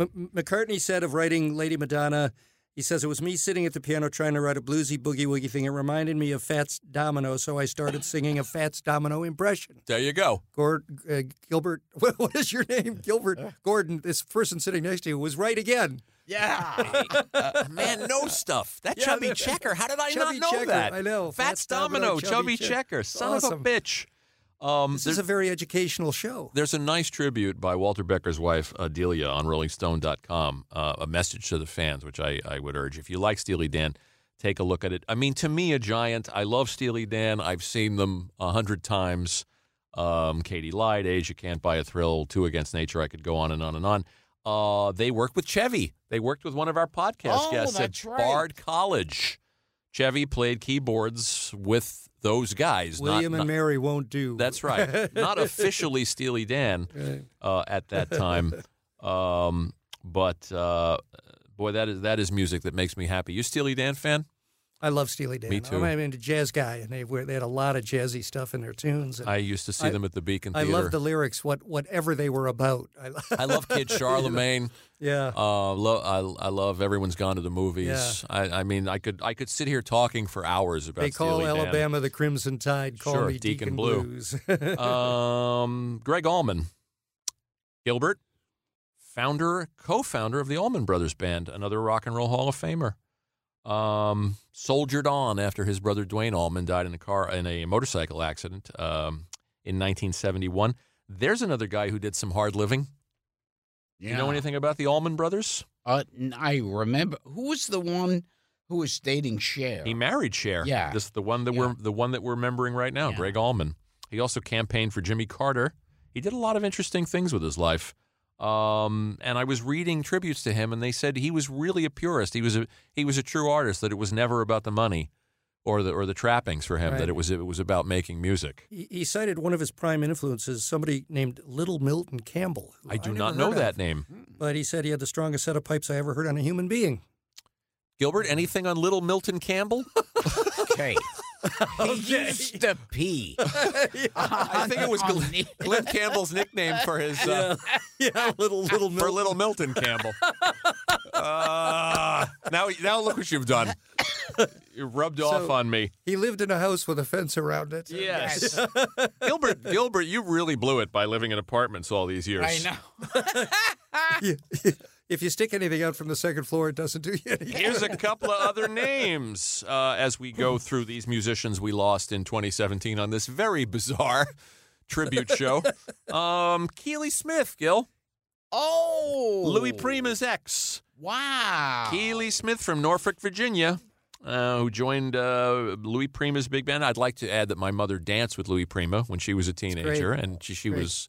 S4: M- McCartney said of writing Lady Madonna, he says it was me sitting at the piano trying to write a bluesy boogie woogie thing. It reminded me of Fats Domino, so I started singing a Fats Domino impression.
S3: There you go.
S4: Gord, uh, Gilbert, what, what is your name? Gilbert Gordon. This person sitting next to you was right again.
S2: Yeah.
S3: Man, no stuff. That
S4: Yeah,
S3: chubby
S4: there-
S3: checker. How did I not
S4: Chubby
S3: know
S4: Checker,
S3: that?
S4: I know.
S3: Fats
S4: Fats Domino,
S3: Domino,
S4: Chubby
S3: chubby,
S4: Check-
S3: checker. Son
S4: Awesome.
S3: of a bitch. Um,
S4: This
S3: there-
S4: is a very educational show.
S2: Oh.
S3: there's a nice tribute by Walter Becker's wife, Adelia, on RollingStone.com, uh, a message to the fans, which I, I would urge. If you like Steely Dan, take a look at it. I mean, to me, a giant. I love Steely Dan. I've seen them a hundred times. Um, Katie Lied, Age You Can't Buy a Thrill, Two Against Nature. I could go on and on and on. Uh, they worked with Chevy. They worked with one of our podcast
S2: Oh,
S3: guests
S2: that's
S3: at
S2: right.
S3: Bard College. Chevy played keyboards with those guys. not-
S4: William
S3: not,
S4: and Mary won't do.
S3: that's right. Not officially Steely Dan uh, at that time, um, but uh, boy, that is that is music that makes me happy. You Steely Dan fan?
S4: I love Steely Dan.
S3: Me too.
S4: I'm into jazz guy, and they were, they had a lot of jazzy stuff in their tunes. And
S3: I used to see
S4: I-
S3: them at the Beacon
S4: I
S3: Theater.
S4: love the lyrics, what whatever they were about. I, lo-
S3: I love Kid Charlemagne.
S4: yeah.
S3: Uh, lo- I, I love everyone's gone to the movies.
S4: Yeah.
S3: I, I mean, I could I could sit here talking for hours about.
S4: they call
S3: Steely Dan.
S4: Alabama the Crimson Tide. Call
S3: Sure,
S4: me
S3: Deacon
S4: Deacon,
S3: Blue.
S4: Blues.
S3: um, Greg Allman, Gilbert, founder, co-founder of the Allman Brothers Band, another rock and roll Hall of Famer. Um, soldiered on after his brother Dwayne Allman died in a car in a motorcycle accident um, in 1971. There's another guy who did some hard living. You know
S2: Yeah.
S3: anything about the Allman Brothers?
S2: Uh, n- I remember who was the one who was dating Cher.
S3: He married Cher.
S2: Yeah.
S3: This the one that
S2: Yeah.
S3: we're the one that we're remembering right now,
S2: Yeah.
S3: Greg Allman. He also campaigned for Jimmy Carter. He did a lot of interesting things with his life. Um, and I was reading tributes to him and they said he was really a purist. He was a he was a true artist that it was never about the money or the or the trappings for him
S4: Right.
S3: that it was it was about making music.
S4: he, he cited one of his prime influences, somebody named Little Milton Campbell. who
S3: I do
S4: never
S3: not know
S4: heard of, Hmm.
S3: that name.
S4: But he said he had the strongest set of pipes I ever heard on a human being.
S3: Gilbert, anything on little Milton Campbell?
S2: okay. He used the P.
S3: I think it was
S2: On
S3: Glenn,
S2: the-
S3: Glenn Campbell's nickname for his uh,
S4: yeah, little little
S3: for little Milton Campbell. Uh, now, now look what you've done. You rubbed off
S4: So-
S3: on me.
S4: He lived in a house with a fence around it.
S2: Yes.
S3: Gilbert, Gilbert, you really blew it by living in apartments all these years.
S2: I know.
S4: You- if you stick anything out from the second floor, it doesn't do you any.
S3: Here's a couple of other names uh, as we go through these musicians we lost in 2017 on this very bizarre tribute show. Um, Keely Smith, Gil.
S2: Oh.
S3: Louis Prima's ex.
S2: Wow.
S3: Keely Smith from Norfolk, Virginia, uh, who joined uh, Louis Prima's big band. I'd like to add that my mother danced with Louis Prima when she was a teenager, and she, she
S4: Great.
S3: was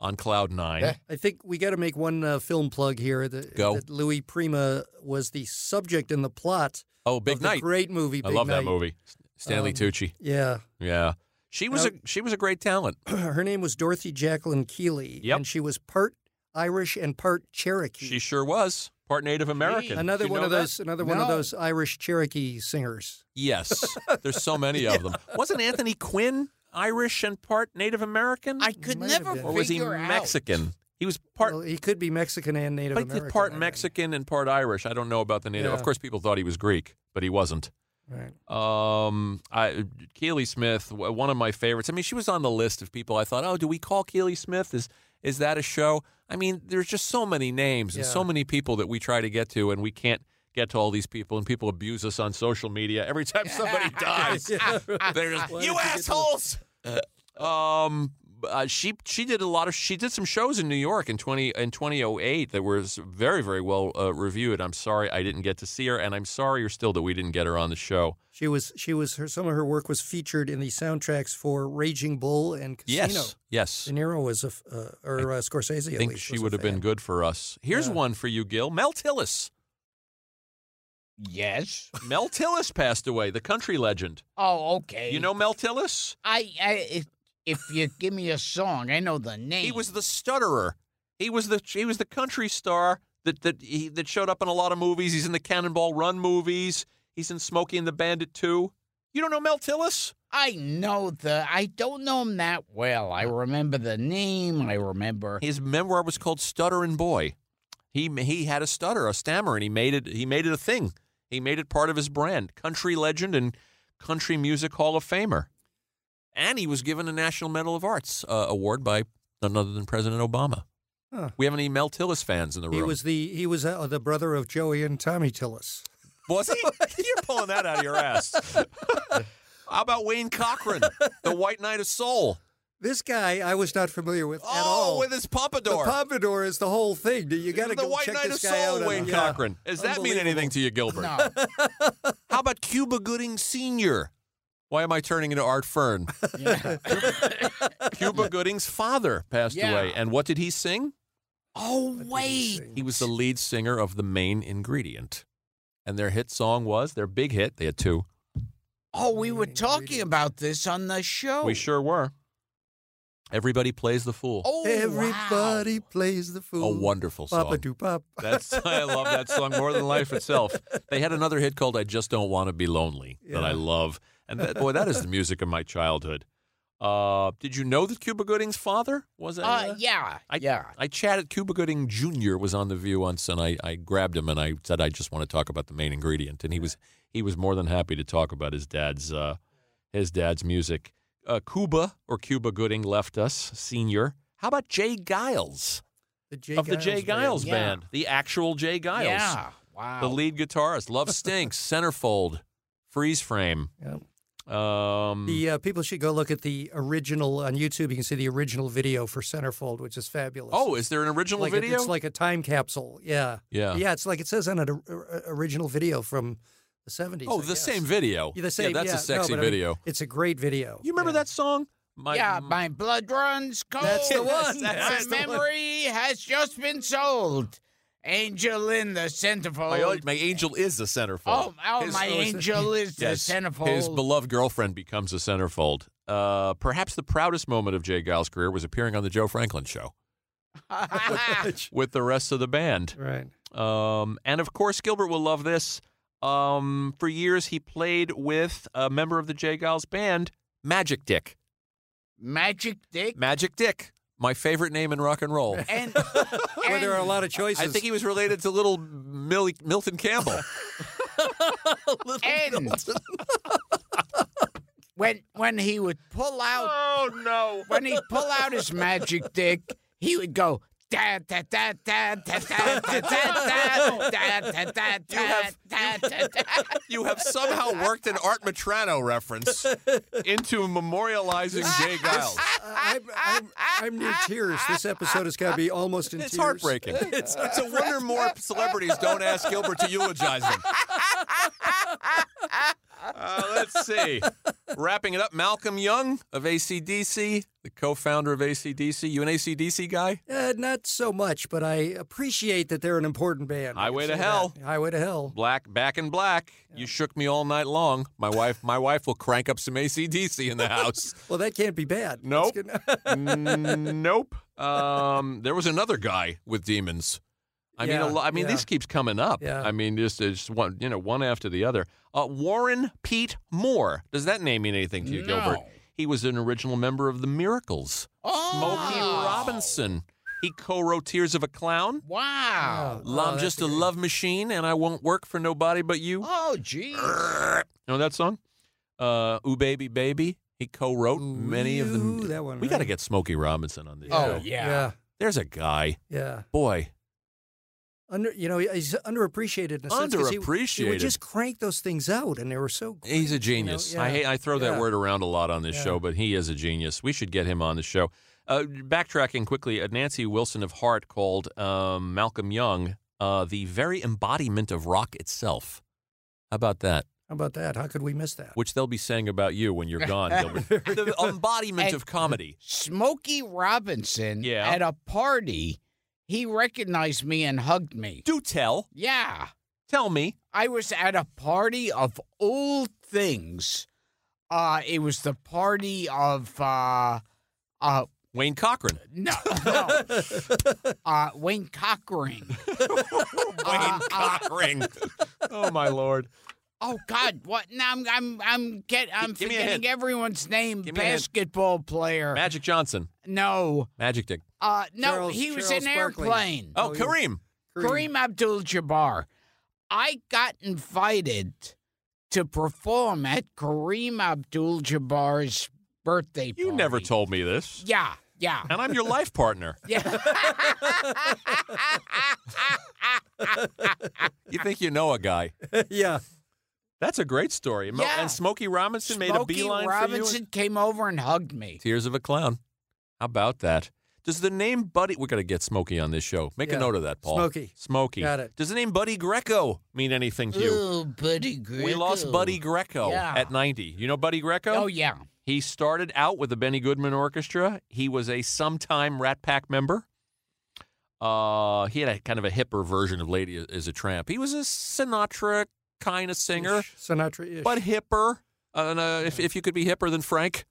S3: on cloud nine.
S2: Yeah.
S4: I think we got to make one uh, film plug here. That,
S3: Go.
S4: that Louis Prima was the subject in the plot
S3: Oh, Big
S4: of
S3: Night!
S4: the great movie.
S3: I
S4: Big
S3: love
S4: Night.
S3: that movie. Stanley
S4: Um,
S3: Tucci.
S4: Yeah,
S3: Yeah, she was
S4: now-
S3: a she was a great talent.
S4: her name was Dorothy Jacqueline Keeley,
S3: Yep.
S4: and she was part Irish and part Cherokee.
S3: She sure was part Native American.
S4: another
S3: Did you
S4: one
S3: know
S4: of
S3: that?
S4: those, another one of
S2: No.
S4: those Irish Cherokee singers.
S3: Yes, there's so many of them. Wasn't Anthony Quinn Irish and part Native American,
S2: I could
S4: Might have
S2: never
S4: been.
S3: or was he
S2: figure out.
S3: Mexican? He was part
S4: well, he could be Mexican and Native
S3: But
S4: American.
S3: he's
S4: I
S3: part
S4: think.
S3: Mexican and part Irish. I don't know about the native. Of
S4: Yeah.
S3: course, people thought he was Greek, but he wasn't.
S4: Right.
S3: Um, I, Keely Smith, w- one of my favorites. I mean, she was on the list of people I thought, oh, do we call Keely Smith? Is is that a show? I mean, there's just so many names and
S4: Yeah.
S3: so many people that we try to get to, and we can't get to all these people, and people abuse us on social media every time somebody dies. They're just,
S4: Why
S3: you
S4: don't you get to the- Uh,
S3: assholes. um, uh, she she did a lot of she did some shows in New York in twenty in twenty oh eight that were s- very very well uh, reviewed. I'm sorry I didn't get to see her, and I'm sorrier still that we didn't get her on the show.
S4: She was she was her some of her work was featured in the soundtracks for Raging Bull and Casino.
S3: yes.
S4: De Niro was a f- uh, or uh, Scorsese.
S3: I
S4: at
S3: think
S4: least,
S3: she
S4: was a
S3: would have been
S4: fan.
S3: good for us. Here's
S4: Yeah.
S3: one for you, Gil. Mel Tillis.
S2: Yes.
S3: Mel Tillis passed away, the country legend.
S2: Oh, okay.
S3: You know Mel Tillis?
S2: I, I if, if you give me a song, I know the name.
S3: He was the stutterer. He was the he was the country star that that he, that showed up in a lot of movies. He's in the Cannonball Run movies. He's in Smokey and the Bandit 2. You don't know Mel Tillis?
S2: I know the. I don't know him that well. I remember the name. I remember.
S3: His memoir was called Stutterin' Boy. He he had a stutter, a stammer, and he made it he made it a thing. He made it part of his brand. Country legend and country music hall of famer. And he was given a National Medal of Arts uh, award by none other than President Obama.
S4: Huh.
S3: We have any Mel Tillis fans in the room?
S4: He was the he was uh, the brother of Joey and Tommy Tillis.
S3: Was he? You're pulling that out of your ass. How about Wayne Cochran, the White Knight of Soul?
S4: This guy I was not familiar with at
S3: Oh,
S4: all.
S3: with his
S4: the
S3: pompadour.
S4: pompadour is the whole thing. You got to
S3: the
S4: go
S3: White
S4: check
S3: Knight of
S4: this guy out.
S3: Soul,
S4: on-
S3: Wayne
S4: yeah.
S3: Cochran. Does that mean
S4: Unbelievable.
S3: anything to you, Gilbert?
S2: No.
S3: How about Cuba Gooding Sr.? Why am I turning into Art Fern?
S2: Yeah.
S3: Cuba Gooding's father passed
S2: Yeah.
S3: away. And what did he sing?
S2: oh
S4: he
S2: wait.
S4: sing?
S3: He was the lead singer of The Main Ingredient. And their hit song was their big hit. They had two.
S2: Oh, we were talking about this on the show.
S3: We sure were. Everybody plays the fool.
S2: Oh,
S4: Everybody
S2: wow.
S4: plays the
S3: a
S4: fool.
S3: wonderful song.
S4: Papa do pop.
S3: That's I love that song more than life itself. They had another hit called "I Just Don't Want to Be Lonely" that I
S4: Yeah.
S3: love, and that, boy, that is the music of my childhood. Uh, did you know that Cuba Gooding's father was? a-
S2: Uh, yeah,
S3: I,
S2: yeah.
S3: I chatted. Cuba Gooding Jr. was on the View once, and I, I grabbed him and I said, "I just want to talk about the main ingredient," and he was he was more than happy to talk about his dad's uh, his dad's music. Uh, Cuba or Cuba Gooding left us, senior. How about Jay Giles?
S4: The Jay
S3: of the Jay Giles
S2: Yeah.
S3: band, the actual Jay Giles,
S2: Yeah. Wow.
S3: the lead guitarist. Love stinks, centerfold, freeze frame.
S4: Yeah.
S3: Um,
S4: The uh, people should go look at the original on YouTube. You can see the original video for Centerfold, which is fabulous.
S3: oh, is there an original
S4: like a-
S3: video?
S4: it's like a time capsol. Yeah.
S3: yeah.
S4: Yeah, it's like it says on an or- or- original video from the 70s.
S3: Oh,
S4: I
S3: the
S4: guess.
S3: same video.
S4: Yeah, the same.
S3: that's
S4: yeah.
S3: a
S4: No,
S3: sexy
S4: but I mean,
S3: video.
S4: it's a great video.
S3: you remember
S4: Yeah.
S3: that song? My,
S2: yeah, my blood runs cold.
S4: That's the one.
S2: My
S4: That's the one.
S2: memory has just been sold. Angel in the centerfold.
S3: my, my angel is a centerfold.
S2: oh, oh,
S3: His-
S2: my angel is
S3: yes,
S2: the centerfold.
S3: His beloved girlfriend becomes a centerfold. Uh, perhaps the proudest moment of Jay Giles' career was appearing on the Joe Franklin show with the rest of the band.
S4: Right.
S3: Um, and of course, Gilbert will love this. Um, for years, he played with a member of the Jay Giles band, Magic Dick.
S2: Magic Dick.
S3: Magic Dick, my favorite name in rock and roll.
S2: And,
S4: Where there are a
S2: and-
S4: lot of choices.
S3: I think he was related to little Millie, Milton Campbell.
S2: and when when he would pull out
S3: oh, no.
S2: when he'd pull out his magic dick, he would go da da da da da da da da da da da da da
S3: have-
S2: da da da.
S3: You have somehow worked an Art Matrano reference into memorializing Jay Giles.
S4: I- I'm, I'm, I'm near tears. This episode has got to be almost in
S3: It's
S4: tears.
S3: heartbreaking. It's, a wonder more celebrities don't ask Gilbert to eulogize them. Uh, let's see. Wrapping it up, Malcolm Young of ACDC, the co founder of ACDC. You an ACDC guy?
S4: Uh, not so much, but I appreciate that they're an important band. I
S3: Highway
S4: can
S3: to
S4: say
S3: Hell.
S4: that. Highway to Hell.
S3: Black, back in black. You shook me all night long. My wife, my wife will crank up some ACDC in the house.
S4: Well, that can't be bad. That's
S3: Nope.
S4: good.
S3: Mm, nope. Um, there was another guy with demons. I mean,
S4: Yeah,
S3: a lo- I mean,
S4: yeah.
S3: this keeps coming up.
S4: Yeah.
S3: I mean, just, just one, you know, one after the other. Uh, Warren Pete Moore. Does that name mean anything to you, Gilbert?
S2: No.
S3: He was an original member of the Miracles. Smokey
S2: Oh.
S3: Robinson. He co-wrote Tears of a Clown.
S2: Wow.
S4: Oh,
S3: I'm
S4: that's
S3: just a
S4: good.
S3: love machine, and I won't work for nobody but you.
S2: Oh, geez.
S3: Know that song? Uh, Ooh Baby Baby. He co-wrote
S4: Ooh,
S3: many of them.
S4: that one,
S3: we got to
S4: right.
S3: get Smokey Robinson on this
S2: Oh,
S3: show.
S2: yeah.
S4: Yeah.
S3: There's a guy.
S4: Yeah.
S3: Boy,
S4: Under, you know, he's underappreciated. In a sense 'cause he- He,
S3: Underappreciated.
S4: would just crank those things out, and they were so. Cool.
S3: He's a genius.
S4: yeah.
S3: I hate, I throw that
S4: Yeah.
S3: word around a lot on this
S4: Yeah.
S3: show, but he is a genius. We should get him on the show. Uh, backtracking quickly, uh, Nancy Wilson of Heart called um, Malcolm Young uh, the very embodiment of rock itself. How about that?
S4: How about that? How could we miss that?
S3: Which they'll be saying about you when you're gone, Gilbert. the embodiment
S2: And-
S3: of comedy.
S2: Smokey Robinson
S3: Yeah.
S2: at a party, he recognized me and hugged me.
S3: Do tell.
S2: Yeah.
S3: Tell me.
S2: I was at a party of all things. Uh, it was the party of uh, uh,
S3: Wayne Cochran.
S2: no, no. uh, Wayne Cochran. Uh,
S3: Wayne Cochran. oh, my Lord.
S2: Oh God, what? Now I'm I'm I'm get I'm
S3: Give me a hint.
S2: forgetting everyone's name.
S3: Give me a hint.
S2: Basketball player.
S3: Magic Johnson.
S2: no,
S3: Magic Dick.
S2: uh, no,
S4: Charles-
S2: he was
S4: Charles
S2: an
S4: Barkley.
S2: airplane.
S3: Oh,
S4: Oh, you-
S3: Kareem.
S2: Kareem Abdul-Jabbar. I got invited to perform at Kareem Abdul-Jabbar's birthday party.
S3: You never told me this.
S2: Yeah, yeah.
S3: and I'm your life partner.
S2: Yeah.
S3: You think you know a guy?
S4: yeah.
S3: That's a great story. Mo-
S2: Yeah.
S3: And Smokey Robinson made a
S2: Smokey
S3: beeline
S2: Robinson
S3: for you.
S2: came over and hugged me.
S3: Tears of a clown. How about that? Does the name Buddy? We're gonna get Smokey on this show. Make a
S4: Yeah.
S3: note of that, Paul.
S4: Smokey.
S3: Smokey.
S4: Got it.
S3: Does the name Buddy Greco mean anything to you?
S2: Ooh, Buddy Greco.
S3: We lost Buddy Greco
S2: Yeah.
S3: at 90. You know Buddy Greco?
S2: Oh yeah.
S3: He started out with the Benny Goodman Orchestra. He was a sometime Rat Pack member. Uh, he had a kind of a hipper version of Lady is a Tramp. He was a Sinatra kind of singer.
S4: Ish. Sinatra. Ish.
S3: but hipper. Uh, and, uh, if, if you could be hipper than Frank.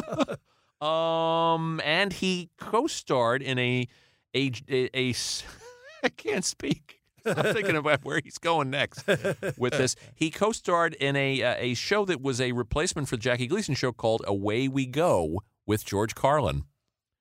S3: Um, and he co-starred in a a a, a s- I can't speak. I'm thinking about where he's going next with this. He co-starred in a uh, a show that was a replacement for the Jackie Gleason show called Away We Go with George Carlin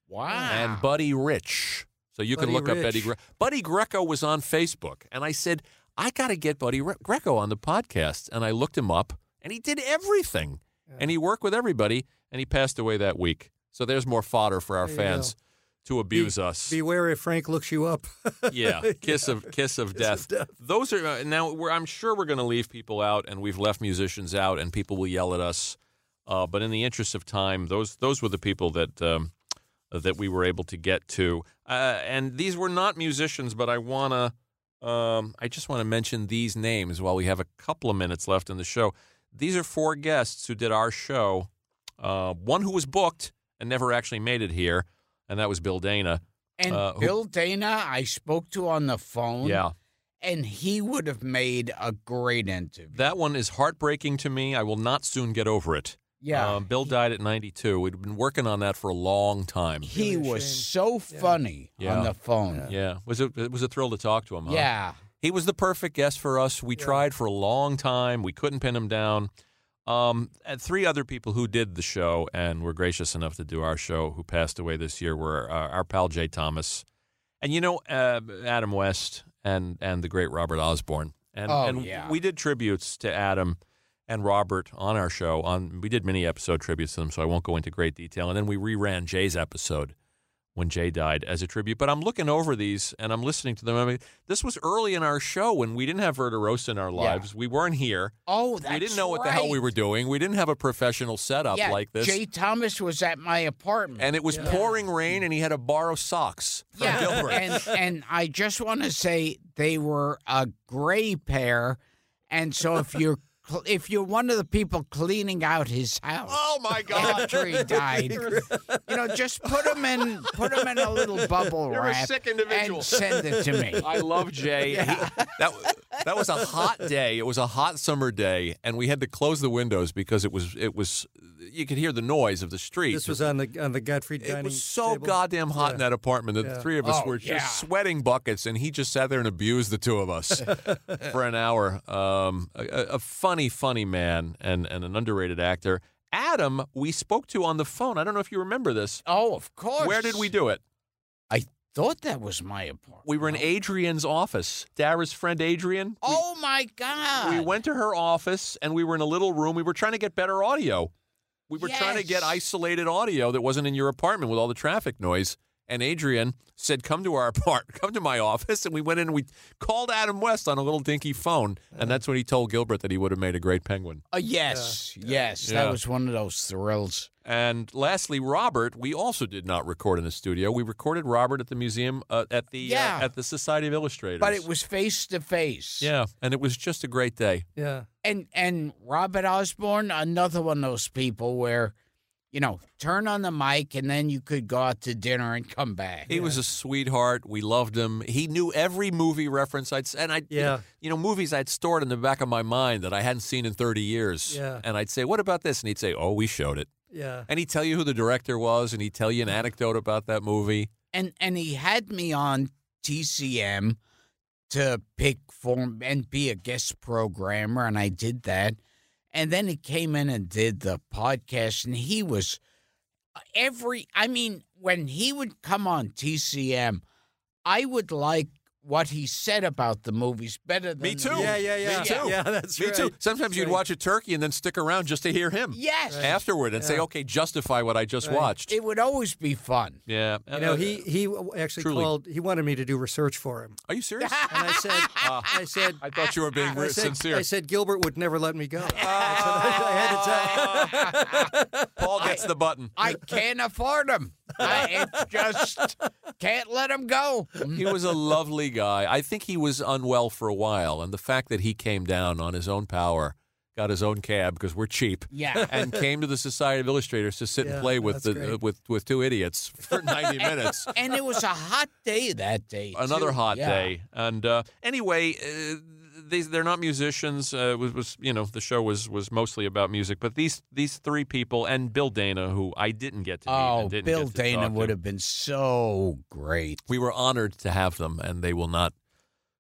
S2: Wow.
S3: and Buddy Rich. So you can
S4: Buddy
S3: look up
S4: Rich.
S3: Buddy Gre- Buddy Greco was on Facebook, and I said I got to get Buddy Re- Greco on the podcast, and I looked him up, and he did everything, and he worked with everybody, and he passed away that week. So there's more fodder for our
S4: There you
S3: fans to abuse us.
S4: Beware if Frank looks you up.
S3: yeah, kiss of kiss of death. Those are uh, now. We're, I'm sure we're going to leave people out, and we've left musicians out, and people will yell at us. Uh, but in the interest of time, those those were the people that um, that we were able to get to, uh, and these were not musicians. But I wanna, um, I just want to mention these names while we have a couple of minutes left in the show. These are four guests who did our show. Uh, one who was booked and never actually made it here, and that was Bill Dana.
S2: And
S3: Uh, who-
S2: Bill Dana, I spoke to on the phone.
S3: Yeah.
S2: And he would have made a great interview.
S3: That one is heartbreaking to me. I will not soon get over it.
S2: Yeah.
S3: Um, Bill died at 92. We'd been working on that for a long time.
S2: he
S4: Really a
S2: was
S4: shame.
S2: so funny
S3: Yeah.
S2: on the phone. Yeah.
S3: Yeah. Uh-huh. Was it, it was a thrill to talk to him, huh? He was the perfect guest for us. We tried for a long time. We couldn't pin him down. Um, and three other people who did the show and were gracious enough to do our show who passed away this year were uh, our pal Jay Thomas and, you know, uh, Adam West and, and the great Robert Osborne. And,
S2: Oh,
S3: and
S2: yeah.
S3: we did tributes to Adam and Robert on our show. On We did mini episode tributes to them, so I won't go into great detail. And then we reran Jay's episode when Jay died as a tribute. But I'm looking over these and I'm listening to them. I mean, this was early in our show when we didn't have Verderosa in our lives. We weren't here.
S2: Oh, that's
S3: we didn't know what the hell we
S2: right.
S3: were doing. We didn't have a professional setup
S2: yeah,
S3: like this.
S2: Jay Thomas was at my apartment.
S3: and it was pouring rain and he had to borrow socks from
S2: yeah.
S3: Gilbert.
S2: And and I just want to say they were a gray pair, and so if you're cl- if you're one of the people cleaning out his house.
S3: oh my God.
S2: After he died, you know, just put him in, put him in a little bubble
S3: You're a
S2: wrap,
S3: sick individual.
S2: and send it to me.
S3: I love Jay. He- that that was a hot day. It was a hot summer day, and we had to close the windows because it was it was you could hear the noise of the street.
S4: this was on the on the Godfrey dining.
S3: It was so
S4: table.
S3: goddamn hot in that apartment that the
S4: Yeah.
S3: three of us
S2: Oh,
S3: were just
S2: yeah.
S3: sweating buckets, and he just sat there and abused the two of us for an hour. Um, a, a a funny, funny man and, and an underrated actor. Adam, we spoke to on the phone. I don't know if you remember this.
S2: Oh, of course.
S3: Where did we do it?
S2: I thought that was my apartment.
S3: We were in Adrian's office. Dara's friend Adrian.
S2: Oh my God!
S3: We went to her office and we were in a little room. We were trying to get better audio. We were trying to get
S2: Yes.
S3: isolated audio that wasn't in your apartment with all the traffic noise. And Adrian said, "Come to our apart, come to my office." And we went in and we called Adam West on a little dinky phone, and that's when he told Gilbert that he would have made a great penguin.
S2: Uh, yes, yes,
S3: Yeah.
S2: that was one of those thrills.
S3: And lastly, Robert, we also did not record in the studio. We recorded Robert at the museum uh, at the
S2: Yeah.
S3: uh, at the Society of Illustrators.
S2: But it was face to face.
S3: yeah, and it was just a great day.
S4: Yeah.
S2: and and Robert Osborne, another one of those people where, you know, turn on the mic and then you could go out to dinner and come back.
S3: He was a sweetheart. We loved him. He knew every movie reference I'd and I
S4: Yeah.
S3: you know movies I'd stored in the back of my mind that I hadn't seen in 30 years.
S4: Yeah.
S3: And I'd say, "What about this?" and he'd say, "Oh, we showed it."
S4: Yeah.
S3: And he'd tell you who the director was and he'd tell you an anecdote about that movie.
S2: and and he had me on TCM to pick form and be a guest programmer, and I did that. And then he came in and did the podcast, and he was uh, every. I mean, when he would come on TCM, I would like what he said about the movies better than
S3: Me
S2: the
S3: too.
S2: movie.
S4: Yeah, yeah, yeah.
S3: Me too.
S4: Yeah, that's
S3: Me
S4: right.
S3: too. Sometimes you'd
S4: Right.
S3: watch a turkey and then stick around just to hear him
S2: Yes,
S3: afterward and say,
S4: Yeah.
S3: "Okay, justify what I just
S4: Right.
S3: watched."
S2: it would always be fun.
S3: yeah.
S4: You know, he he actually
S3: Truly.
S4: called. He wanted me to do research for him,
S3: Are you serious?
S4: and I said, I said,
S3: Ah. I thought you were being
S4: I
S3: very
S4: said,
S3: sincere.
S4: I said Gilbert would never let me go. So I had to tell.
S3: Paul gets the button.
S2: I can't afford him. I it's just can't let him go.
S3: he was a lovely guy. I think he was unwell for a while, and the fact that he came down on his own power, got his own cab because we're cheap,
S2: Yeah.
S3: and came to the Society of Illustrators to sit and
S4: Yeah,
S3: play with
S4: that's
S3: the,
S4: great.
S3: with with two idiots for ninety minutes.
S2: and it was a hot day that day.
S3: Another
S2: too.
S3: hot
S2: Yeah.
S3: day, and uh, anyway, uh, they, they're not musicians. Uh, it was, was you know the show was was mostly about music, but these these three people and Bill Dana, who I didn't get to meet.
S2: Oh,
S3: and didn't
S2: Bill
S3: get to
S2: Dana
S3: talk to.
S2: would have been so great.
S3: We were honored to have them, and they will not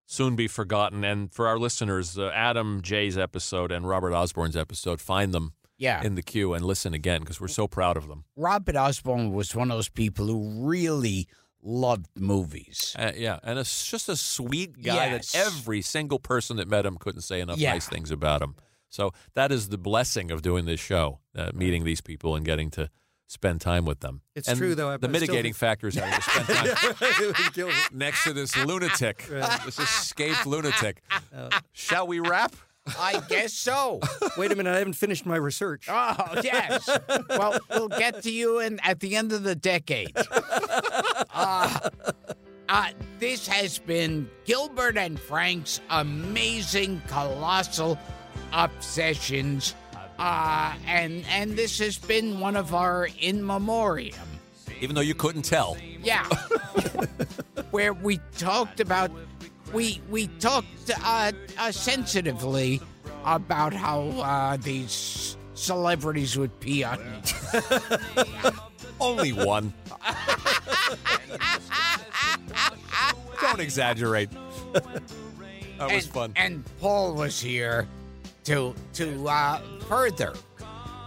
S3: soon be forgotten. And for our listeners, uh, Adam Jay's episode and Robert Osborne's episode, find them
S2: Yeah.
S3: in the queue and listen again because we're so proud of them.
S2: Robert Osborne was one of those people who really loved movies.
S3: Uh, yeah, and it's just a sweet guy
S2: Yes.
S3: that every single person that met him couldn't say enough
S2: Yeah.
S3: nice things about him. So that is the blessing of doing this show, uh, meeting these people and getting to spend time with them.
S4: It's
S3: And
S4: true, though. I-
S3: the
S4: I still
S3: mitigating
S4: think-
S3: factor is having to spend time
S4: We killed it.
S3: next to this lunatic, this escaped lunatic.
S4: Oh.
S3: Shall we wrap?
S2: I guess so.
S4: Wait a minute, I haven't finished my research.
S2: Oh, yes. well, we'll get to you in, at the end of the decade. Uh, uh, this has been Gilbert and Frank's amazing, colossal obsessions. Uh, and, and this has been one of our in memoriam.
S3: Even though you couldn't tell.
S2: Yeah. Where we talked about we we talked uh, uh, sensitively about how uh, these celebrities would pee on each
S3: Only one. Don't exaggerate. That
S2: and,
S3: was fun.
S2: And Paul was here to to uh, further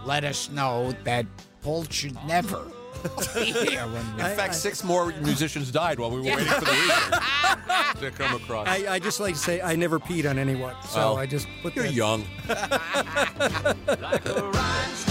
S2: let us know that Paul should never be here when we
S3: In fact, six more musicians died while we were waiting for the research to come across.
S4: I, I just like to say I
S3: Oh.
S4: never peed on anyone, so
S3: Well,
S4: I just put
S3: You're
S4: that-
S3: young.
S1: Like a rhinestone.